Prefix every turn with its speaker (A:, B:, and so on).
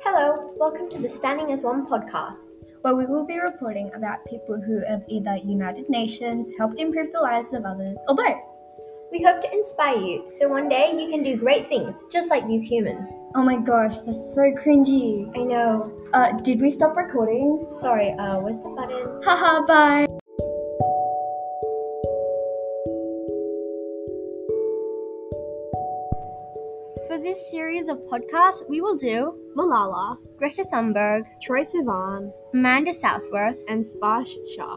A: Hello, welcome to the Standing as One podcast.
B: where we will be reporting about people who have either united nations, helped improve the lives of others, or both.
A: We hope to inspire you so one day you can do great things just like these humans.
B: Oh my gosh, that's so cringy.
A: I know.
B: Uh, did we stop recording?
A: Sorry, uh, where's the button?
B: Haha, bye.
A: For this series of podcasts, we will do Malala, Greta Thunberg, Troy Sivan, Amanda Southworth,
C: and Sparsh Shah.